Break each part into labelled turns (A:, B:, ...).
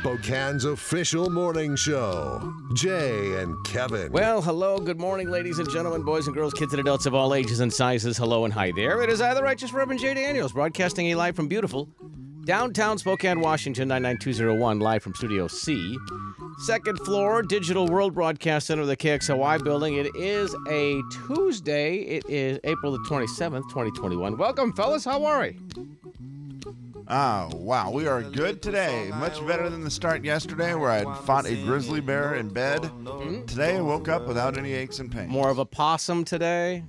A: Spokane's official morning show. Jay and Kevin.
B: Well, hello, good morning, ladies and gentlemen, boys and girls, kids and adults of all ages and sizes. Hello and hi there. It is I, the Righteous Reverend Jay Daniels, broadcasting a live from beautiful downtown Spokane, Washington, 99201, live from Studio C. Second floor, Digital World Broadcast Center of the KXOY building. It is a Tuesday. It is April the 27th, 2021. Welcome, fellas. How are we?
C: Oh, wow. We are good today. Much better than the start yesterday where I had fought a grizzly bear in bed.
D: Oh,
C: Today I woke up without any aches and pains.
B: Hmm? More of a possum today.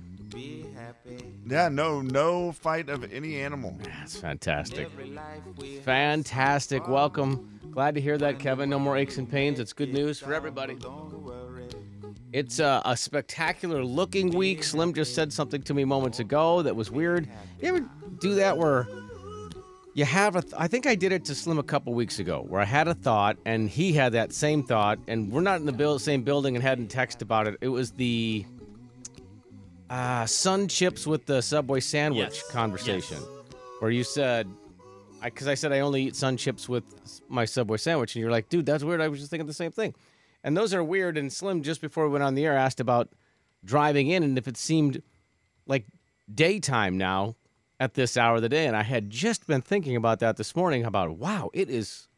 C: Yeah, no, no fight of any animal.
B: That's fantastic. Fantastic. Welcome. Glad to hear that, Kevin. No more aches and pains. It's good news for everybody. It's uh, a, a spectacular looking week. Slim just said something to me moments ago that was weird. You ever do that where you have a? Th- I think I did it to Slim a couple weeks ago, where I had a thought and he had that same thought, and we're not in the buil- same building and hadn't texted about it. It was the uh, sun chips with the subway sandwich
D: Yes.
B: conversation,
D: Yes.
B: where you said, because I, said I only eat sun chips with s- my subway sandwich, and you're like, dude, that's weird. I was just thinking the same thing, and those are weird. And Slim just before we went on the air asked about driving in and if it seemed like daytime now at this hour of the day, and I had just been thinking about that this morning. About wow, it is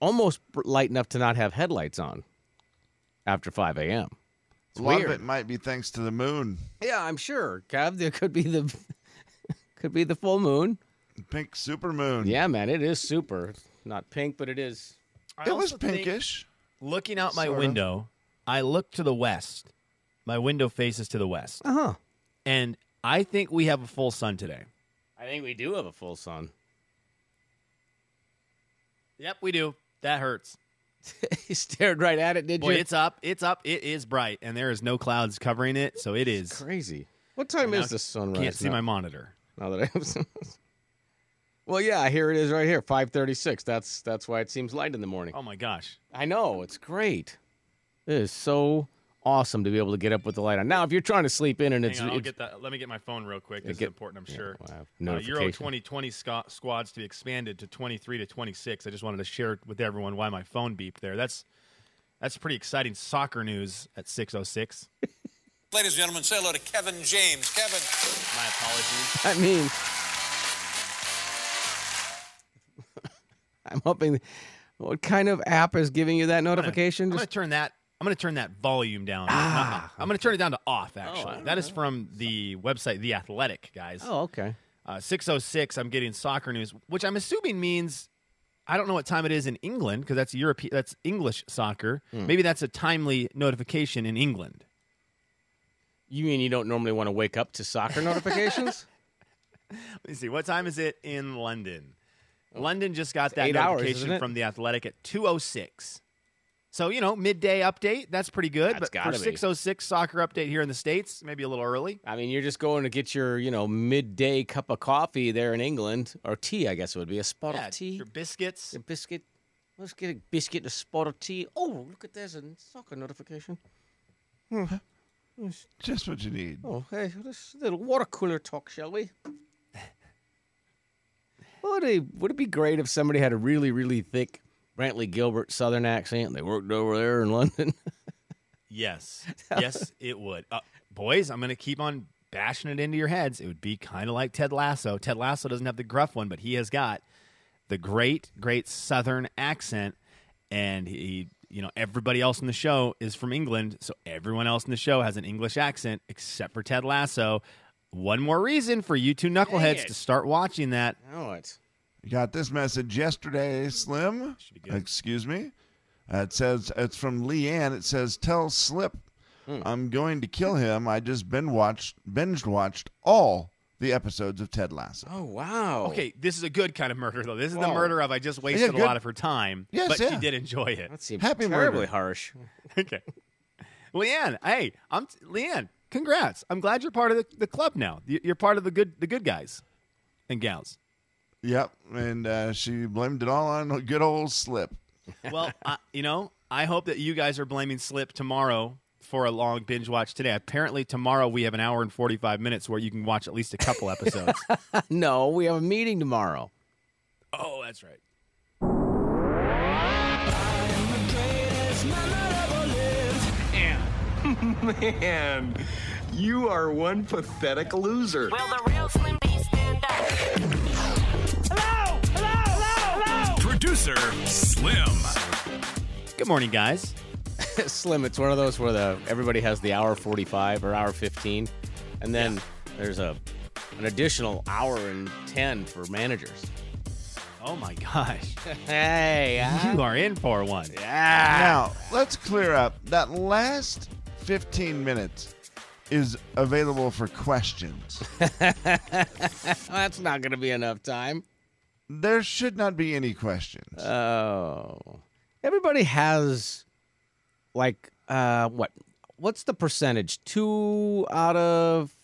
B: almost br- light enough to not have headlights on after 5 a.m.
C: A lot
B: weird.
C: of it might be thanks to the moon.
B: Yeah, I'm sure, Kev. There could be the could be the full moon.
C: Pink super moon.
B: Yeah, man, it is super. Not pink, but it is.
D: I
C: It was
D: also think-
C: pinkish.
D: looking out my
C: Sort of.
D: window, I look to the west. My window faces to the west.
B: Uh huh.
D: And I think we have a full sun today.
B: I think we do have a full sun.
D: Yep, we do. That hurts.
B: you stared right at it, did
D: Boy,
B: you?
D: it's up. It's up. It is bright, and there is no clouds covering it, so it is.
B: crazy. What time
D: And
B: is
D: now
B: the sunrise?
D: Can't see
B: now?
D: my monitor.
B: Now that I was. well, yeah, here it is, right here, five thirty-six. That's that's why it seems light in the morning.
D: Oh my gosh.
B: I know it's great. It is so awesome to be able to get up with the light on. Now, if you're trying to sleep in and
D: Hang
B: it's,
D: on, I'll
B: it's
D: get that. Let me get my phone real quick. This
B: get-
D: is important, I'm
B: yeah,
D: sure.
B: we'll have
D: Uh, Euro
B: notification.
D: 2020 squ- squads to be expanded to 23 to 26. I just wanted to share with everyone why my phone beeped there. That's that's pretty exciting soccer news at 6:06.
E: Ladies and gentlemen, say hello to Kevin James. Kevin.
D: My apologies.
B: I mean, I'm hoping. What kind of app is giving you that notification?
D: I'm gonna
B: Just-
D: turn that. I'm gonna turn that volume down. Ah, I'm gonna turn it down to
B: Oh,
D: off. Actually, that is from the website The Athletic, guys.
B: oh, okay.
D: Uh, 606. I'm getting soccer news, which I'm assuming means I don't know what time it is in England because that's European. That's English soccer.
B: Hmm.
D: Maybe that's a timely notification in England.
B: You mean you don't normally want to wake up to soccer notifications?
D: Let me see. What time is it in London? London just got that
B: Oh, eight hours,
D: notification
B: isn't it?
D: from the Athletic at 206. So, you know, midday update, that's pretty good.
B: That's
D: but for
B: gotta be.
D: 606 soccer update here in the States, maybe a little early.
B: I mean, you're just going to get your, you know, midday cup of coffee there in England, or tea, I guess it would be a spot
D: Yeah,
B: of tea,
D: Your biscuits.
B: a biscuit. Let's get a biscuit, and a spot of tea. Oh, look at there's a soccer notification.
C: Just what you need.
B: Oh, hey, let's a little water cooler talk, shall we? would, it, would it be great if somebody had a really, really thick Brantley Gilbert Southern accent? and They worked over there in London.
D: Yes. yes, it would. Uh, boys, I'm going to keep on bashing it into your heads. It would be kind of like Ted Lasso. Ted Lasso doesn't have the gruff one, but he has got the great, great Southern accent. And he, you know, everybody else in the show is from England. So everyone else in the show has an English accent except for Ted Lasso. One more reason for you two knuckleheads
B: it.
D: to start watching that.
B: Oh, it's
C: You Got this message yesterday, Slim.
D: Should be good.
C: Excuse me. Uh, it says it's from Leanne. It says, "Tell Slip,
B: Hmm.
C: I'm going to kill him. I just binge watched, binge watched all the episodes of Ted Lasso."
B: oh wow.
D: Okay, this is a good kind of murder, though. This is
B: Whoa.
D: the murder of I just wasted
C: good.
D: a lot of her time,
C: Yes,
D: but she
C: yeah.
D: did enjoy it.
B: that seems
C: Happy
B: terribly
C: murder.
B: harsh.
D: okay. Leanne, hey, I'm Leanne. Congrats! I'm glad you're part of the, the club now. You- You're part of the good the good guys and gals.
C: Yep, and uh, she blamed it all on good old Slip.
D: Well, I, you know, I hope that you guys are blaming Slip tomorrow for a long binge watch today. Apparently, tomorrow we have an hour and forty five minutes where you can watch at least a couple episodes.
B: no, we have a meeting tomorrow.
D: oh, that's right.
F: Man, you are one pathetic loser.
G: Will the real Slim B stand up?
H: Producer Slim.
D: Good morning, guys.
B: Slim, it's one of those where the everybody has the hour 45 or hour 15, and then there's a an additional hour and 10 for managers.
D: Oh my gosh,
B: Hey, uh,
D: you are in for one.
B: Ah.
C: Now, let's clear up that last 15 minutes is available for questions.
B: that's not going to be enough time.
C: there should not be any questions.
B: Uh, Oh, everybody has like uh what? What's the percentage? Two out of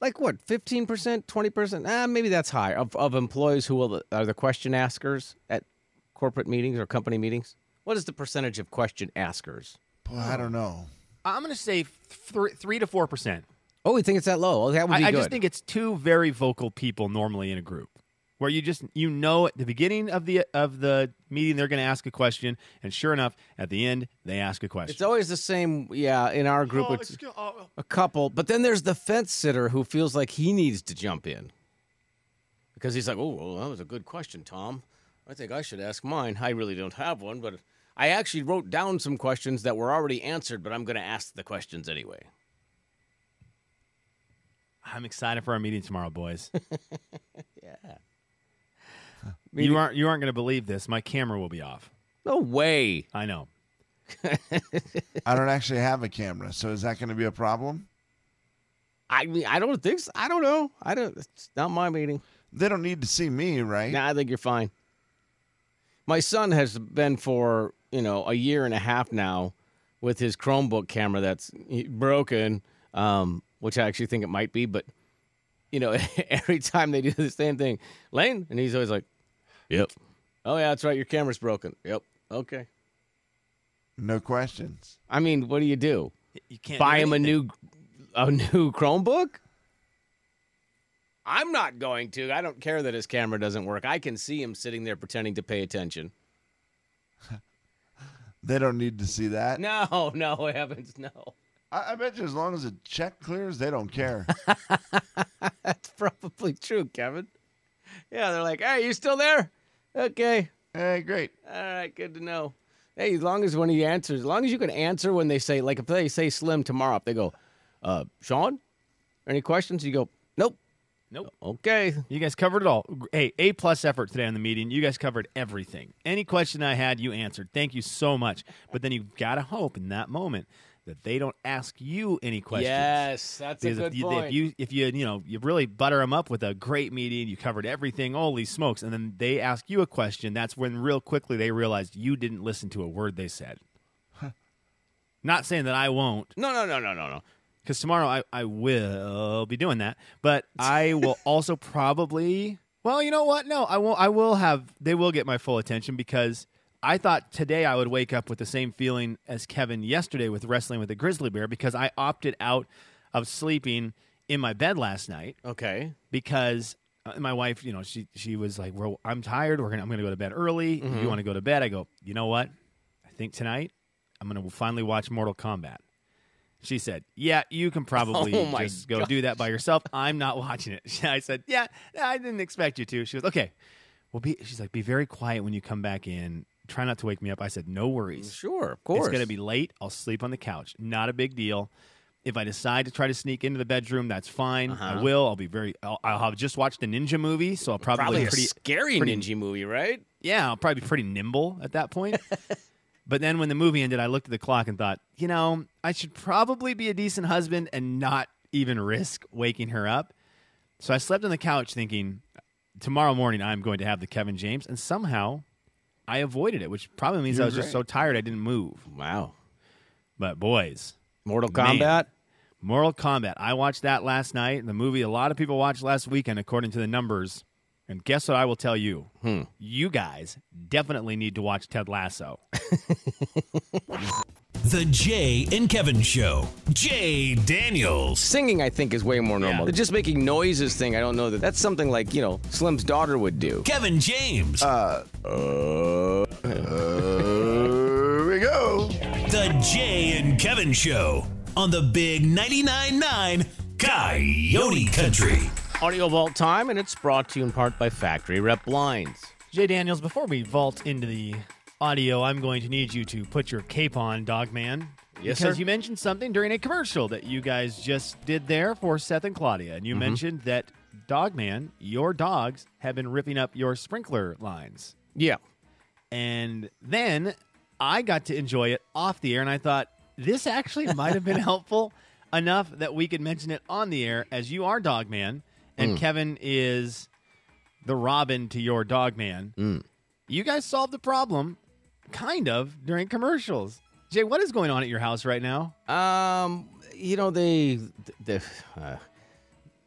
B: like what? Fifteen percent, twenty percent? Ah, maybe that's high of of employees who will are the question askers at corporate meetings or company meetings. What is the percentage of question askers?
C: Boy, I don't know.
D: I'm going to say three, three to four percent.
B: Oh, we think it's that low. Oh, that would be
D: I, I
B: good.
D: just think it's two very vocal people normally in a group, where you just you know at the beginning of the of the meeting they're going to ask a question, and sure enough, at the end they ask a question.
B: it's always the same. Yeah, in our group, it's,
D: oh,
B: a couple, but then there's the fence sitter who feels like he needs to jump in because he's like, "Oh, well, that was a good question, Tom. I think I should ask mine. I really don't have one, but I actually wrote down some questions that were already answered, but I'm going to ask the questions anyway."
D: I'm excited for our meeting tomorrow, boys.
B: Meeting-
D: You aren't you aren't going to believe this. My camera will be off.
B: No way.
D: I know.
C: I don't actually have a camera, so is that going to be a problem?
B: I mean, I don't think. So. I don't know. I don't. It's not my meeting.
C: They don't need to see me, right?
B: Nah, I think you're fine. My son has been for, you know, a year and a half now with his Chromebook camera that's broken, um, which I actually think it might be, but, you know, every time they do the same thing, Lane, and he's always like, yep. Oh, yeah, that's right. Your camera's broken. Yep. Okay.
C: No questions.
B: I mean, what do you do?
D: You can't
B: Buy
D: do
B: him a
D: anything.
B: new a new Chromebook? I'm not going to. I don't care that his camera doesn't work. I can see him sitting there pretending to pay attention.
C: They don't need to see that.
B: No, no, heavens, no.
C: I, I bet you as long as the check clears, they don't care.
B: That's probably true, Kevin. Yeah, they're like, hey, you still there? Okay.
C: hey, great.
B: All right, good to know. Hey, as long as when he answers, as long as you can answer when they say, like if they say Slim tomorrow, if they go, uh, Sean, any questions? You go, nope.
D: Nope.
B: Okay.
D: You guys covered it all. Hey, A plus effort today on the meeting. You guys covered everything. Any question I had, you answered. Thank you so much. But then you've got to hope in that moment that they don't ask you any questions.
B: Yes, that's a
D: Because
B: good
D: if you,
B: point.
D: If you if you you know you really butter them up with a great meeting, you covered everything. Holy smokes! And then they ask you a question. That's when real quickly they realized you didn't listen to a word they said. Not saying that I won't,
B: no, no, no, no, no, no.
D: because tomorrow I, I will be doing that. But I will also probably well, you know what? No, I won't I will have they will get my full attention because I thought today I would wake up with the same feeling as Kevin yesterday with wrestling with the grizzly bear because I opted out of sleeping in my bed last night
B: Okay.
D: because uh, my wife, you know, she she was like, "Well, I'm tired. We're gonna I'm gonna go to bed early. If
B: Mm-hmm.
D: you want to go to bed?" I go, "You know what? I think tonight I'm gonna finally watch Mortal Kombat." She said, "Yeah, you can probably
B: Oh my
D: just go do that by yourself. I'm not watching it." I said, "Yeah, I didn't expect you to." She was okay. Well, be she's like, "Be very quiet when you come back in. Try not to wake me up." I said, "No worries."
B: Sure, of course.
D: It's going to be late. I'll sleep on the couch. Not a big deal. If I decide to try to sneak into the bedroom, that's fine.
B: Uh-huh.
D: I will. I'll be very. I'll, I'll have just watched a ninja movie, so I'll probably,
B: probably
D: be
B: a
D: pretty.
B: scary
D: pretty-
B: ninja movie, right?
D: yeah, I'll probably be pretty nimble at that point. but then when the movie ended, I looked at the clock and thought, you know, I should probably be a decent husband and not even risk waking her up. So I slept on the couch thinking, tomorrow morning I'm going to have the Kevin James, and somehow I avoided it, which probably means I was just so tired I didn't move.
B: Wow.
D: But boys,
B: Mortal
D: Man.
B: Kombat.
D: Mortal Kombat. I watched that last night. The movie a lot of people watched last weekend, according to the numbers. And guess what I will tell you?
B: Hmm.
D: You guys definitely need to watch Ted Lasso.
H: The Jay and Kevin Show. Jay Daniels.
B: Singing, I think, is way more normal.
D: Yeah.
B: Just making noises thing, I don't know that that's something like, you know, Slim's daughter would do.
H: Kevin James.
C: Here we go.
H: the Jay and Kevin Show on the Big 99.9 9 Coyote Country.
B: Audio Vault time, and it's brought to you in part by Factory Rep Blinds.
D: Jay Daniels, before we vault into the audio, I'm going to need you to put your cape on, dog man.
B: Yes,
D: because
B: sir.
D: you mentioned something during a commercial that you guys just did there for Seth and Claudia, and you
B: Mm-hmm.
D: mentioned that Dogman, your dogs have been ripping up your sprinkler lines.
B: Yeah.
D: And then I got to enjoy it off the air, and I thought this actually might have been helpful enough that we could mention it on the air as you are dog man, and Kevin is the Robin to your dog man. You guys solved the problem, kind of, during commercials. Jay, what is going on at your house right now?
B: Um, you know they, the uh,
D: I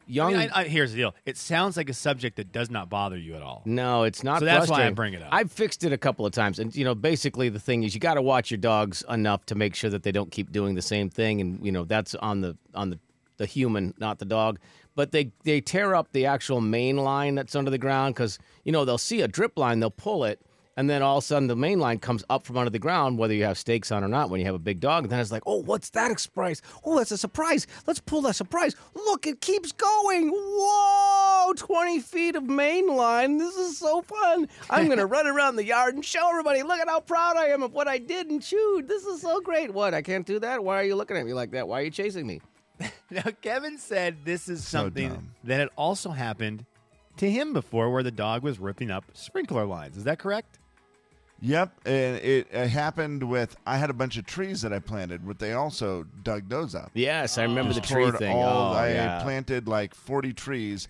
B: young.
D: mean, I- I- here's the deal it sounds like a subject that does not bother you at all.
B: no, it's not.
D: So that's why I
B: frustrating.
D: bring it up.
B: I've fixed it a couple of times, and you know, basically the thing is, you got to watch your dogs enough to make sure that they don't keep doing the same thing, and you know, that's on the on the the human, not the dog. But they they tear up the actual main line that's under the ground because you know they'll see a drip line, they'll pull it. And then all of a sudden, the main line comes up from under the ground, whether you have stakes on or not. When you have a big dog, and then it's like, oh, what's that surprise? Oh, that's a surprise. Let's pull that surprise. Look, it keeps going. Whoa, 20 feet of main line. This is so fun. I'm going to run around the yard and show everybody. Look at how proud I am of what I did and chewed. This is so great. What? I can't do that? Why are you looking at me like that? Why are you chasing me?
D: Now, Kevin said this is
C: So
D: something
C: dumb.
D: that had also happened to him before where the dog was ripping up sprinkler lines. Is that correct?
C: Yep, and it, it happened with I had a bunch of trees that I planted, but they also dug those up.
B: Yes, I remember the
C: Just
B: tree
C: tore it
B: thing.
C: all-
B: oh,
C: I
B: yeah.
C: planted like 40 trees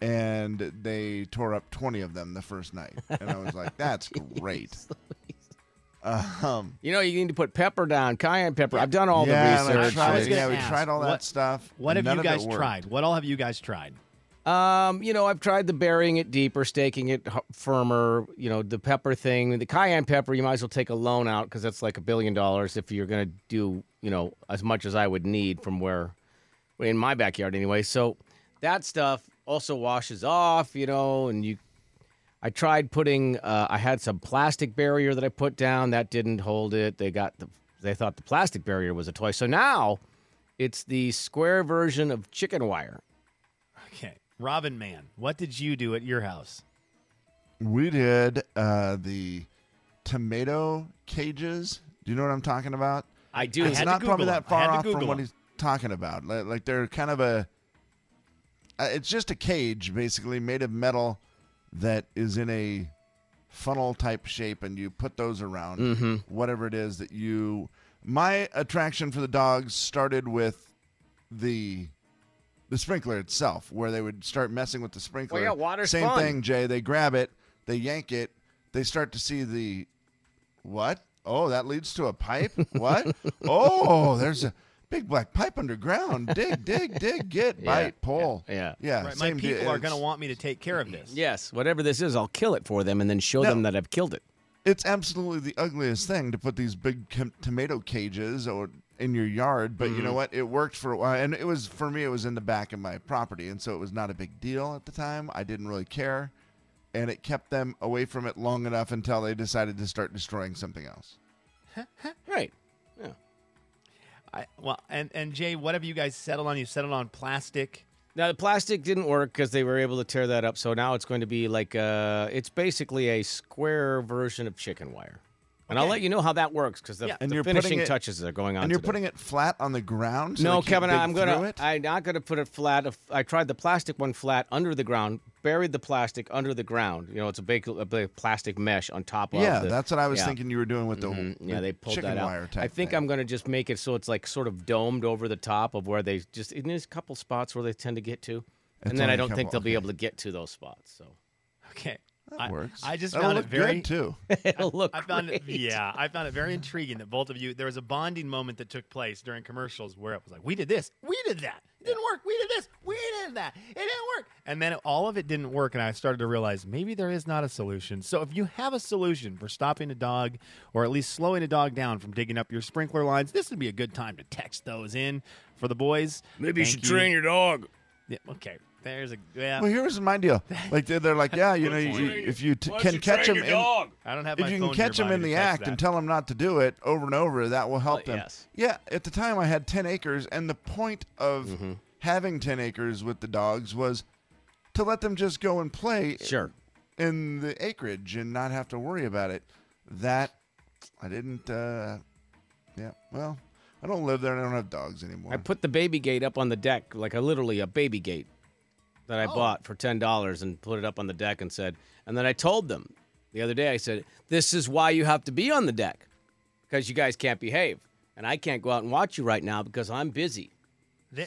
C: and they tore up 20 of them the first night. And I was like, that's great. Um,
B: you know, you need to put pepper down, cayenne pepper. I've done all
C: yeah,
B: the
C: and I
B: research.
C: tried-
D: I was gonna
C: yeah, we
D: ask,
C: tried all that
D: what-
C: stuff.
D: What have
C: None
D: you
C: of it
D: guys
C: worked.
D: tried? What all have you guys tried?
B: Um, you know, I've tried the burying it deeper, staking it h- firmer. You know, the pepper thing, the cayenne pepper. You might as well take a loan out because that's like a billion dollars if you're gonna do you know as much as I would need from where in my backyard anyway. So that stuff also washes off, you know, and you. I tried putting. Uh, I had some plastic barrier that I put down that didn't hold it. They got the. They thought the plastic barrier was a toy. So now, it's the square version of chicken wire.
D: Okay. Robin Man, what did you do at your house?
C: We did uh, the tomato cages. Do you know what I'm talking about?
B: I do.
D: I
C: it's
D: had to
C: not probably
D: Google 'em.
C: that
D: I had
C: far
D: to
C: off from
D: Google
C: what
D: 'em.
C: he's talking about. Like, like they're kind of a. uh, It's just a cage, basically made of metal, that is in a funnel type shape, and you put those around
D: Mm-hmm.
C: whatever it is that you. My attraction for the dogs started with the the sprinkler itself, where they would start messing with the sprinkler.
B: yeah, water's
C: Same
B: fun.
C: thing, Jay. They grab it, they yank it, they start to see the what? Oh, that leads to a pipe? What? oh, there's a big black pipe underground. Dig, dig, dig, get,
B: Yeah,
C: bite, pull.
B: yeah, yeah.
C: Yeah.
D: Right, my
C: Uh, same deal.
D: people are going to
C: It's-
D: want me to take care of this.
B: Yes, whatever this is, I'll kill it for them and then show
C: No.
B: them that I've killed it.
C: It's absolutely the ugliest thing to put these big com- tomato cages or in your yard, but
B: Mm-hmm.
C: you know what? It worked for a while, and it was for me. It was in the back of my property, and so it was not a big deal at the time. I didn't really care, and it kept them away from it long enough until they decided to start destroying something else.
B: Right.
D: I, well, and, and Jay, what have you guys settled on? You settled on plastic.
B: Now the plastic didn't work because they were able to tear that up. So now it's going to be like uh, it's basically a square version of chicken wire. And I'll
D: Okay.
B: let you know how that works because the,
D: Yeah.
B: the
C: And you're putting
B: finishing
C: it-
B: touches are going on.
C: and you're
B: today.
C: putting it flat on the ground. So
B: no,
C: they can't
B: Kevin,
C: dig
B: I'm
C: through
B: gonna
C: It?
B: I'm not gonna put it flat. If- I tried the plastic one flat under the ground, buried the plastic under the ground. You know, it's a big, a big plastic mesh on top of.
C: yeah,
B: the-
C: that's what I was
B: yeah. Mm-hmm.
C: thinking you were doing with the
B: Yeah,
C: the
B: they pulled
C: chicken
B: that out.
C: wire type.
B: I think
C: thing.
B: I'm going to just make it so it's like sort of domed over the top of where they just. And there's a couple spots where they tend to get to,
C: It's
B: and then I
C: only a
B: don't think
C: couple,
B: they'll be
C: okay.
B: able to get to those spots. So
D: Okay.
C: That
D: I,
C: works.
D: I just
C: That'll
D: found it
C: look
D: very.
C: good too.
B: it'll look.
D: I found it,
B: great.
D: yeah, I found it very intriguing that both of you. There was a bonding moment that took place during commercials where it was like, "We did this, we did that, it didn't work, we did this, we did that, it didn't work," and then all of it didn't work, and I started to realize maybe there is not a solution. So if you have a solution for stopping a dog, or at least slowing a dog down from digging up your sprinkler lines, this would be a good time to text those in for the boys. Thank
B: your dog.
D: yeah, okay. There's a yeah.
C: Well, here's my deal. Like they're, they're like, yeah, you know, you, you- if you t- can catch them, in,
D: I don't have
C: if
D: my
C: you
D: phone
C: can catch them
D: nearby
C: in
D: to
C: the
D: text
C: act and
D: that.
C: tell them not to do it over and over, that will help
B: Well,
C: them.
B: yes.
C: Yeah. At the time, I had ten acres, and the point of
B: Mm-hmm.
C: having ten acres with the dogs was to let them just go and play
B: Sure.
C: in the acreage and not have to worry about it. That I didn't. uh Yeah. Well, I don't live there. and I don't have dogs anymore.
B: I put the baby gate up on the deck, like a literally a baby gate that I bought for ten dollars and put it up on the deck and said, and then I told them the other day, I said, this is why you have to be on the deck because you guys can't behave, and I can't go out and watch you right now because I'm busy.
D: Th-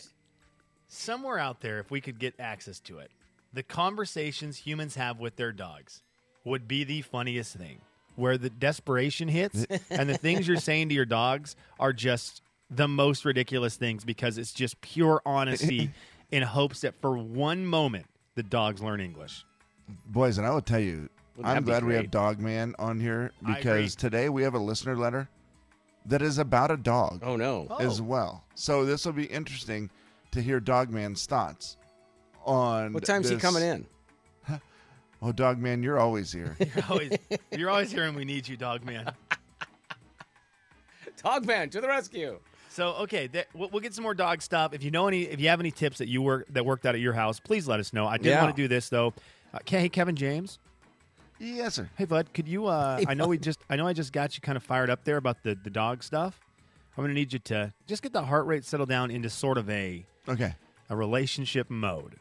D: somewhere out there, if we could get access to it, the conversations humans have with their dogs would be the funniest thing. Where the desperation hits and the things you're saying to your dogs are just the most ridiculous things because it's just pure honesty in hopes that for one moment the dogs learn English.
C: Boys, and I will tell you,
B: Wouldn't that
C: I'm
B: be
C: glad we have
B: great?
C: Dog Man on here
D: I
C: because today we have a listener letter that is about a dog
B: Oh no,
C: as well. So this will be interesting to hear Dog Man's thoughts on.
B: what time's he
C: this-
B: coming in?
C: Oh, Dog Man, you're always here.
D: You're always, you're always hearing we need you, dog man.
B: Dogman to the rescue!
D: So okay, that, we'll, we'll get some more dog stuff. If you know any, if you have any tips that you work that worked out at your house, please let us know. I did
B: Yeah.
D: want to do this though. Uh, Ke- hey, Kevin James.
C: yes, sir.
D: Hey, Bud. Could you? Uh, I know we just. I know I just got you kind of fired up there about the the dog stuff. I'm gonna need you to just get the heart rate settled down into sort of a
C: Okay.
D: a relationship mode.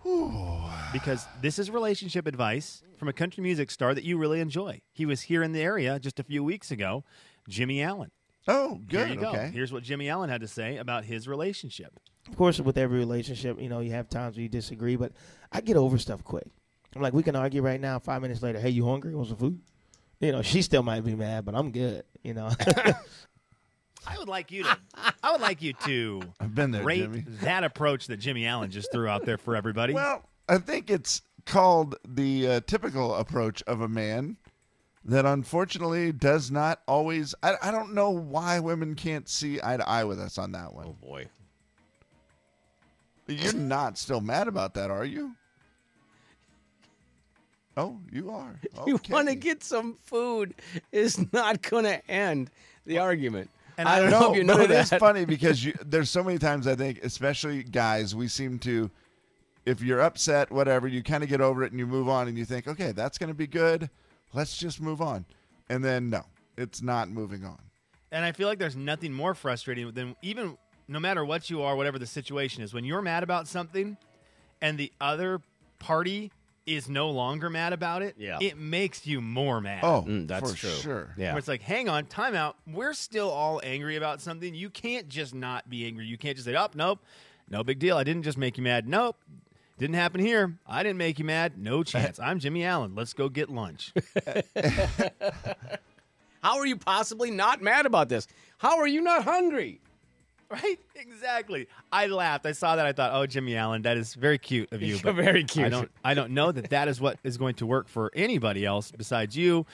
D: Because this is relationship advice from a country music star that you really enjoy. He was here in the area just a few weeks ago, Jimmy Allen.
C: Oh,
D: Here
C: good.
D: you go.
C: Okay.
D: Here's what Jimmy Allen had to say about his relationship.
I: of course, with every relationship, you know, you have times where you disagree, but I get over stuff quick. I'm like, we can argue right now. Five minutes later, hey, you hungry? Want some food? You know, she still might be mad, but I'm good. You know,
D: I would like you to. I would like you to
C: I've been there,
D: rate
C: Jimmy.
D: that approach that Jimmy Allen just threw out there for everybody.
C: Well, I think it's called the uh, typical approach of a man that unfortunately does not always. I, I don't know why women can't see eye to eye with us on that one.
B: Oh boy,
C: You're not still mad about that, are you? Oh, you are.
B: you
C: Okay.
B: want to get some food is not gonna end the argument.
D: and
B: I
D: I
B: don't know
C: No,
B: if you
C: but
B: know
C: it is
B: that.
C: funny because you, there's so many times I think, especially guys, we seem to, if you're upset, whatever, you kind of get over it and you move on and you think, okay, that's going to be good. Let's just move on. And then no, it's not moving on.
D: And I feel like there's nothing more frustrating than even no matter what you are, whatever the situation is, when you're mad about something and the other party is no longer mad about it,
B: Yeah.
D: it makes you more mad.
C: Oh,
B: Mm, that's
C: for
B: true.
C: sure.
B: Yeah.
D: Where it's like, hang on, time out. We're still all angry about something. You can't just not be angry. You can't just say, oh, nope, no big deal. I didn't just make you mad. Nope, didn't happen here. I didn't make you mad. No chance. I'm Jimmy Allen. Let's go get lunch.
B: How are you possibly not mad about this? How are you not hungry?
D: right? Exactly. I laughed. I saw that. I thought, oh, Jimmy Allen, that is very cute of you.
B: You're very cute.
D: I don't, I don't know that that is what is going to work for anybody else besides you.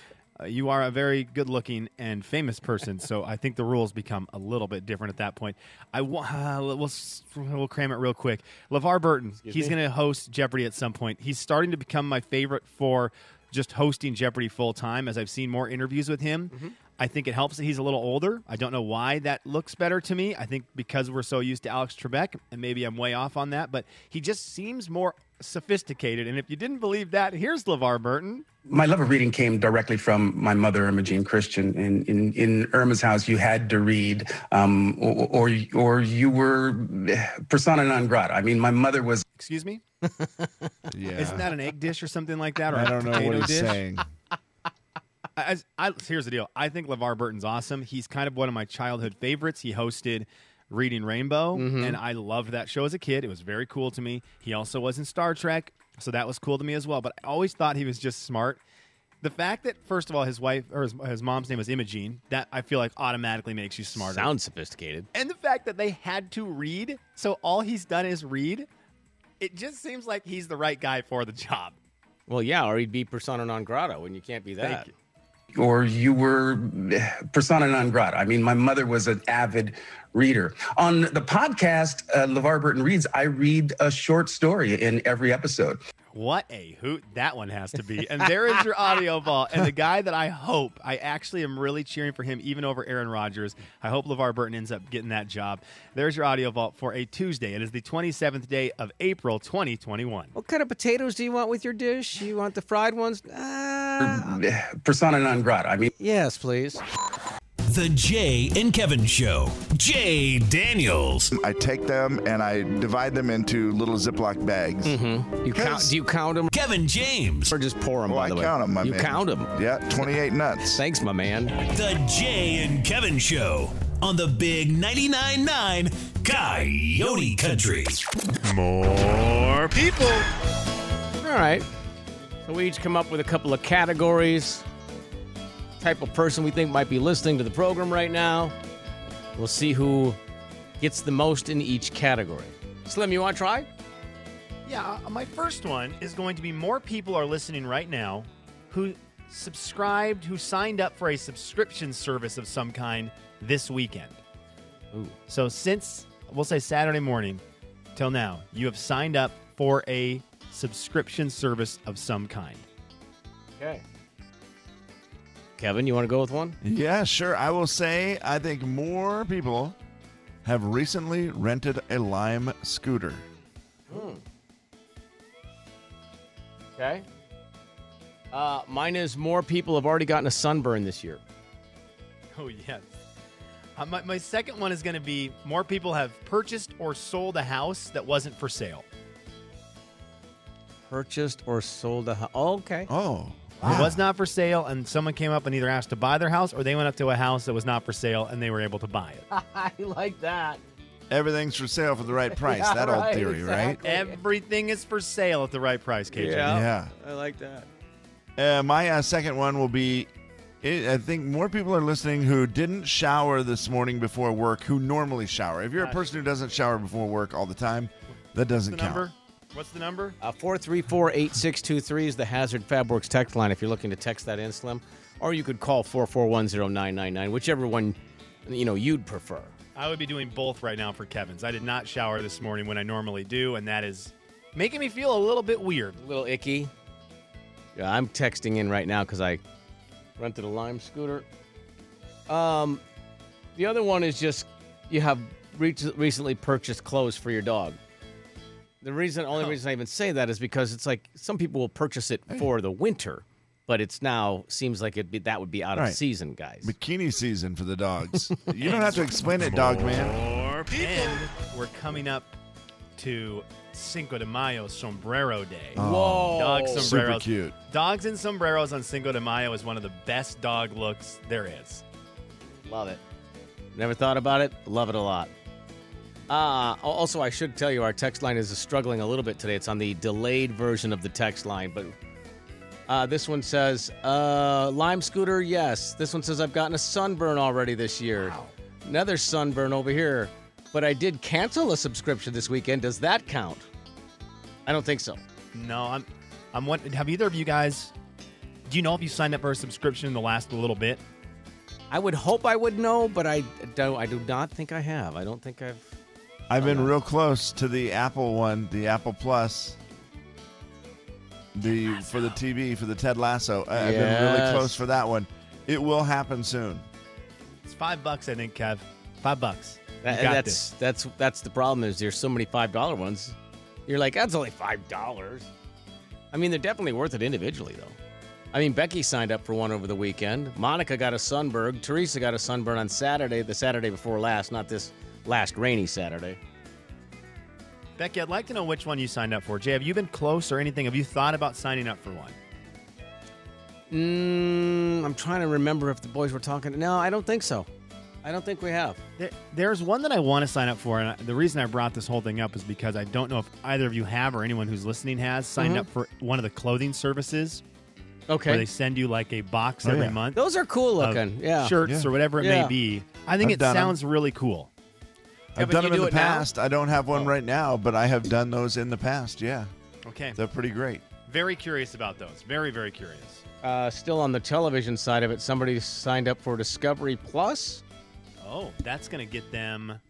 D: Uh, you are a very good looking and famous person, so I think the rules become a little bit different at that point. I wa- uh, we'll, s- we'll cram it real quick. LeVar Burton, he's going to host Jeopardy at some point. He's starting to become my favorite for just hosting Jeopardy full time as I've seen more interviews with him.
B: Mm-hmm.
D: I think it helps that he's a little older. I don't know why that looks better to me. I think because we're so used to Alex Trebek, and maybe I'm way off on that, but he just seems more sophisticated. And if you didn't believe that, here's LeVar Burton.
J: my love of reading came directly from my mother, Irma Jean Christian. And in, in Irma's house, you had to read, um, or, or or you were persona non grata. I mean, my mother was
D: Excuse me?
C: Yeah.
D: Isn't that an egg dish or something like that? Or
C: I
D: a
C: don't know
D: potato
C: what he's
D: dish?
C: saying.
D: I, I, I- here's the deal. I think LeVar Burton's awesome. He's kind of one of my childhood favorites. He hosted Reading Rainbow, and I loved that show as a kid. It was very cool to me. He also was in Star Trek, so that was cool to me as well. But I always thought he was just smart. The fact that, first of all, his wife or his, his mom's name was Imogene, that I feel like automatically makes you smarter.
B: Sounds sophisticated.
D: and the fact that they had to read, so all he's done is read, it just seems like he's the right guy for the job.
B: Well, yeah, or he'd be persona non grata, and you can't be that.
D: Thank you.
J: or you were eh, persona non grata. I mean, my mother was an avid reader. On the podcast, uh, LeVar Burton Reads, I read a short story in every episode.
D: What a hoot that one has to be. And there is your audio ball. And the guy that I hope, I actually am really cheering for him, even over Aaron Rodgers. I hope LeVar Burton ends up getting that job. There's your audio vault for a Tuesday. It is the 27th day of April, 2021.
B: What kind of potatoes do you want with your dish? You want the fried ones? Ah,
J: Eh, Persona non grata. I mean,
B: yes, please.
H: The Jay and Kevin Show. Jay Daniels.
C: I take them and I divide them into little Ziploc bags.
B: You count? Do you count them
H: Kevin James.
B: or just pour them?
C: Well,
B: by
C: Oh, I
B: the way,
C: count them, my
B: you
C: man.
B: count them.
C: Yeah, 28 nuts.
B: Thanks, my man.
H: The Jay and Kevin Show on the Big 99.9 9 Coyote Country.
D: More people.
B: All right. So we each come up with a couple of categories, type of person we think might be listening to the program right now. We'll see who gets the most in each category. Slim, you want to try?
D: Yeah, uh, my first one is going to be more people are listening right now who subscribed, who signed up for a subscription service of some kind this weekend.
B: Ooh.
D: So since we'll say Saturday morning till now, you have signed up for a subscription service of some kind.
B: Okay. Kevin, you want to go with one?
C: Yeah, sure. I will say I think more people have recently rented a Lime scooter.
B: Okay. Uh, mine is more people have already gotten a sunburn this year.
D: Oh yes. Uh, my, my second one is going to be more people have purchased or sold a house that wasn't for sale.
B: Purchased or sold a house. Oh, okay.
C: Oh.
D: It was not for sale, and someone came up and either asked to buy their house or they went up to a house that was not for sale and they were able to buy it.
B: I like that.
C: Everything's for sale for the right price.
B: Yeah,
C: that old
B: right,
C: theory, right?
B: exactly.
D: Everything is for sale at the right price, KJ.
C: Yeah.
B: I like that.
C: Uh, my uh, second one will be I I think more people are listening who didn't shower this morning before work who normally shower. If you're a person who doesn't shower before work all the time, that doesn't
D: What's the
C: count.
D: number? What's the number?
B: Uh, 434-8623 is the Hazard Fabworks text line if you're looking to text that in, Slim. Or you could call 4410999, whichever one, you know, you'd prefer.
D: I would be doing both right now for Kevin's. I did not shower this morning when I normally do, and that is making me feel a little bit weird.
B: A little icky. Yeah, I'm texting in right now because I rented a Lime scooter. Um, the other one is just you have re- recently purchased clothes for your dog. The reason, only reason I even say that is because it's like some people will purchase it for the winter, but it's now seems like it be that would be out
C: Right.
B: of season, guys.
C: Bikini season for the dogs. you don't have to explain it, dog man.
D: And we're coming up to Cinco de Mayo Sombrero Day.
B: Whoa!
D: Dog
C: Super
D: sombreros.
C: cute.
D: Dogs and sombreros on Cinco de Mayo is one of the best dog looks there is.
B: Love it. Never thought about it. Love it a lot. Uh, al- also, I should tell you our text line is struggling a little bit today. It's on the delayed version of the text line, but uh, this one says uh, Lime Scooter, yes. This one says I've gotten a sunburn already this year. Another sunburn over here. But I did cancel a subscription this weekend. Does that count? I don't think so.
D: No, I'm. I'm. What, have either of you guys? Do you know if you signed up for a subscription in the last little bit?
B: I would hope I would know, but I do, I do not think I have. I don't think I've.
C: I've
B: Oh,
C: been real close to the Apple one, the Apple Plus. The for the TV for the Ted Lasso. I- I've been really
B: Yes.
C: close for that one. It will happen soon.
D: It's five bucks, I think, Kev. Five bucks. You
B: That-
D: got
B: that's
D: this.
B: that's that's the problem is there's so many five dollar ones. You're like that's only five dollars. I mean they're definitely worth it individually though. I mean Becky signed up for one over the weekend. Monica got a sunburn. Teresa got a sunburn on Saturday, the Saturday before last, not this last rainy Saturday.
D: Becky, I'd like to know which one you signed up for. Jay, have you been close or anything? Have you thought about signing up for one?
B: Mm, I'm trying to remember if the boys were talking. No, I don't think so. I don't think we have.
D: There- There's one that I want to sign up for, and I- the reason I brought this whole thing up is because I don't know if either of you have or anyone who's listening has signed up for one of the clothing services
B: Okay. Uh,
D: where they send you like a box
C: Oh,
D: every
C: yeah.
D: month.
B: Those are cool
D: of
B: looking. yeah.
D: Shirts
C: Yeah.
D: or whatever it
B: Yeah.
D: may be. I think
C: I've
D: it
C: done 'em.
D: sounds really cool.
C: I've
B: but
C: done
B: you
C: them in
B: do
C: the
B: it now? Oh.
C: past. I don't have one right now, but I have done those in the past. Yeah,
D: Okay.
C: they're pretty great.
D: Very curious about those. Very, very curious.
B: Uh, still on the television side of it, somebody signed up for Discovery Plus.
D: Oh, that's going to get them.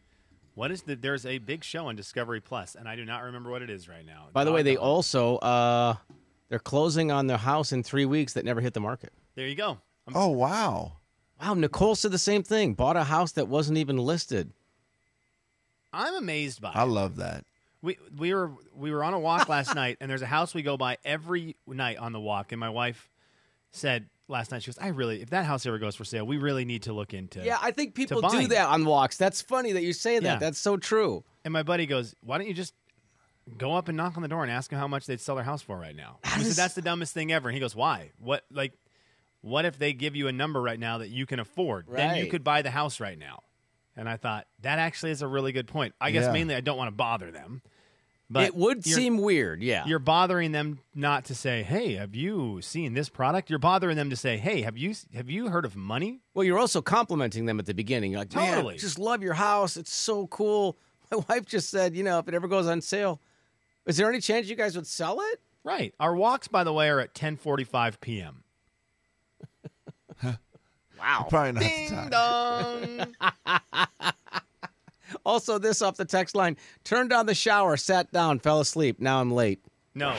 D: What is the? There's a big show on Discovery Plus, and I do not remember what it is right now.
B: By the way, they
D: Doggone.
B: also uh, they're closing on their house in three weeks that never hit the market.
D: There you go. I'm-
C: Oh wow.
B: Wow, Nicole said the same thing. Bought a house that wasn't even listed.
D: I'm amazed by.
C: I
D: it.
C: love that.
D: We we were we were on a walk last night, and there's a house we go by every night on the walk. And my wife said last night, she goes, "I really, if that house ever goes for sale, we really need to look into."
B: Yeah, I think people do
D: buying.
B: that on walks. That's funny that you say that.
D: Yeah.
B: That's so true.
D: And my buddy goes, "Why don't you just go up and knock on the door and ask them how much they'd sell their house for right now?" We said, "That's the dumbest thing ever." And he goes, "Why? What like what if they give you a number right now that you can afford? Then you
B: Right.
D: could buy the house right now." And I thought, "That actually is a really good point. I guess
C: Yeah.
D: mainly I don't want to bother them." But
B: it would
D: you're-
B: seem weird. Yeah.
D: you're bothering them not to say, "Hey, have you seen this product?" You're bothering them to say, "Hey, have you have you heard of money?"
B: Well, you're also complimenting them at the beginning. You're like, man,
D: Totally.
B: just love your house. It's so cool. My wife just said, you know, if it ever goes on sale, is there any chance you guys would sell it?
D: Right. Our walks, by the way, are at 10:45 p.m.
B: Wow.
C: Probably not the time.
B: Also, this off the text line turned on the shower, sat down, fell asleep. Now I'm late.
D: No.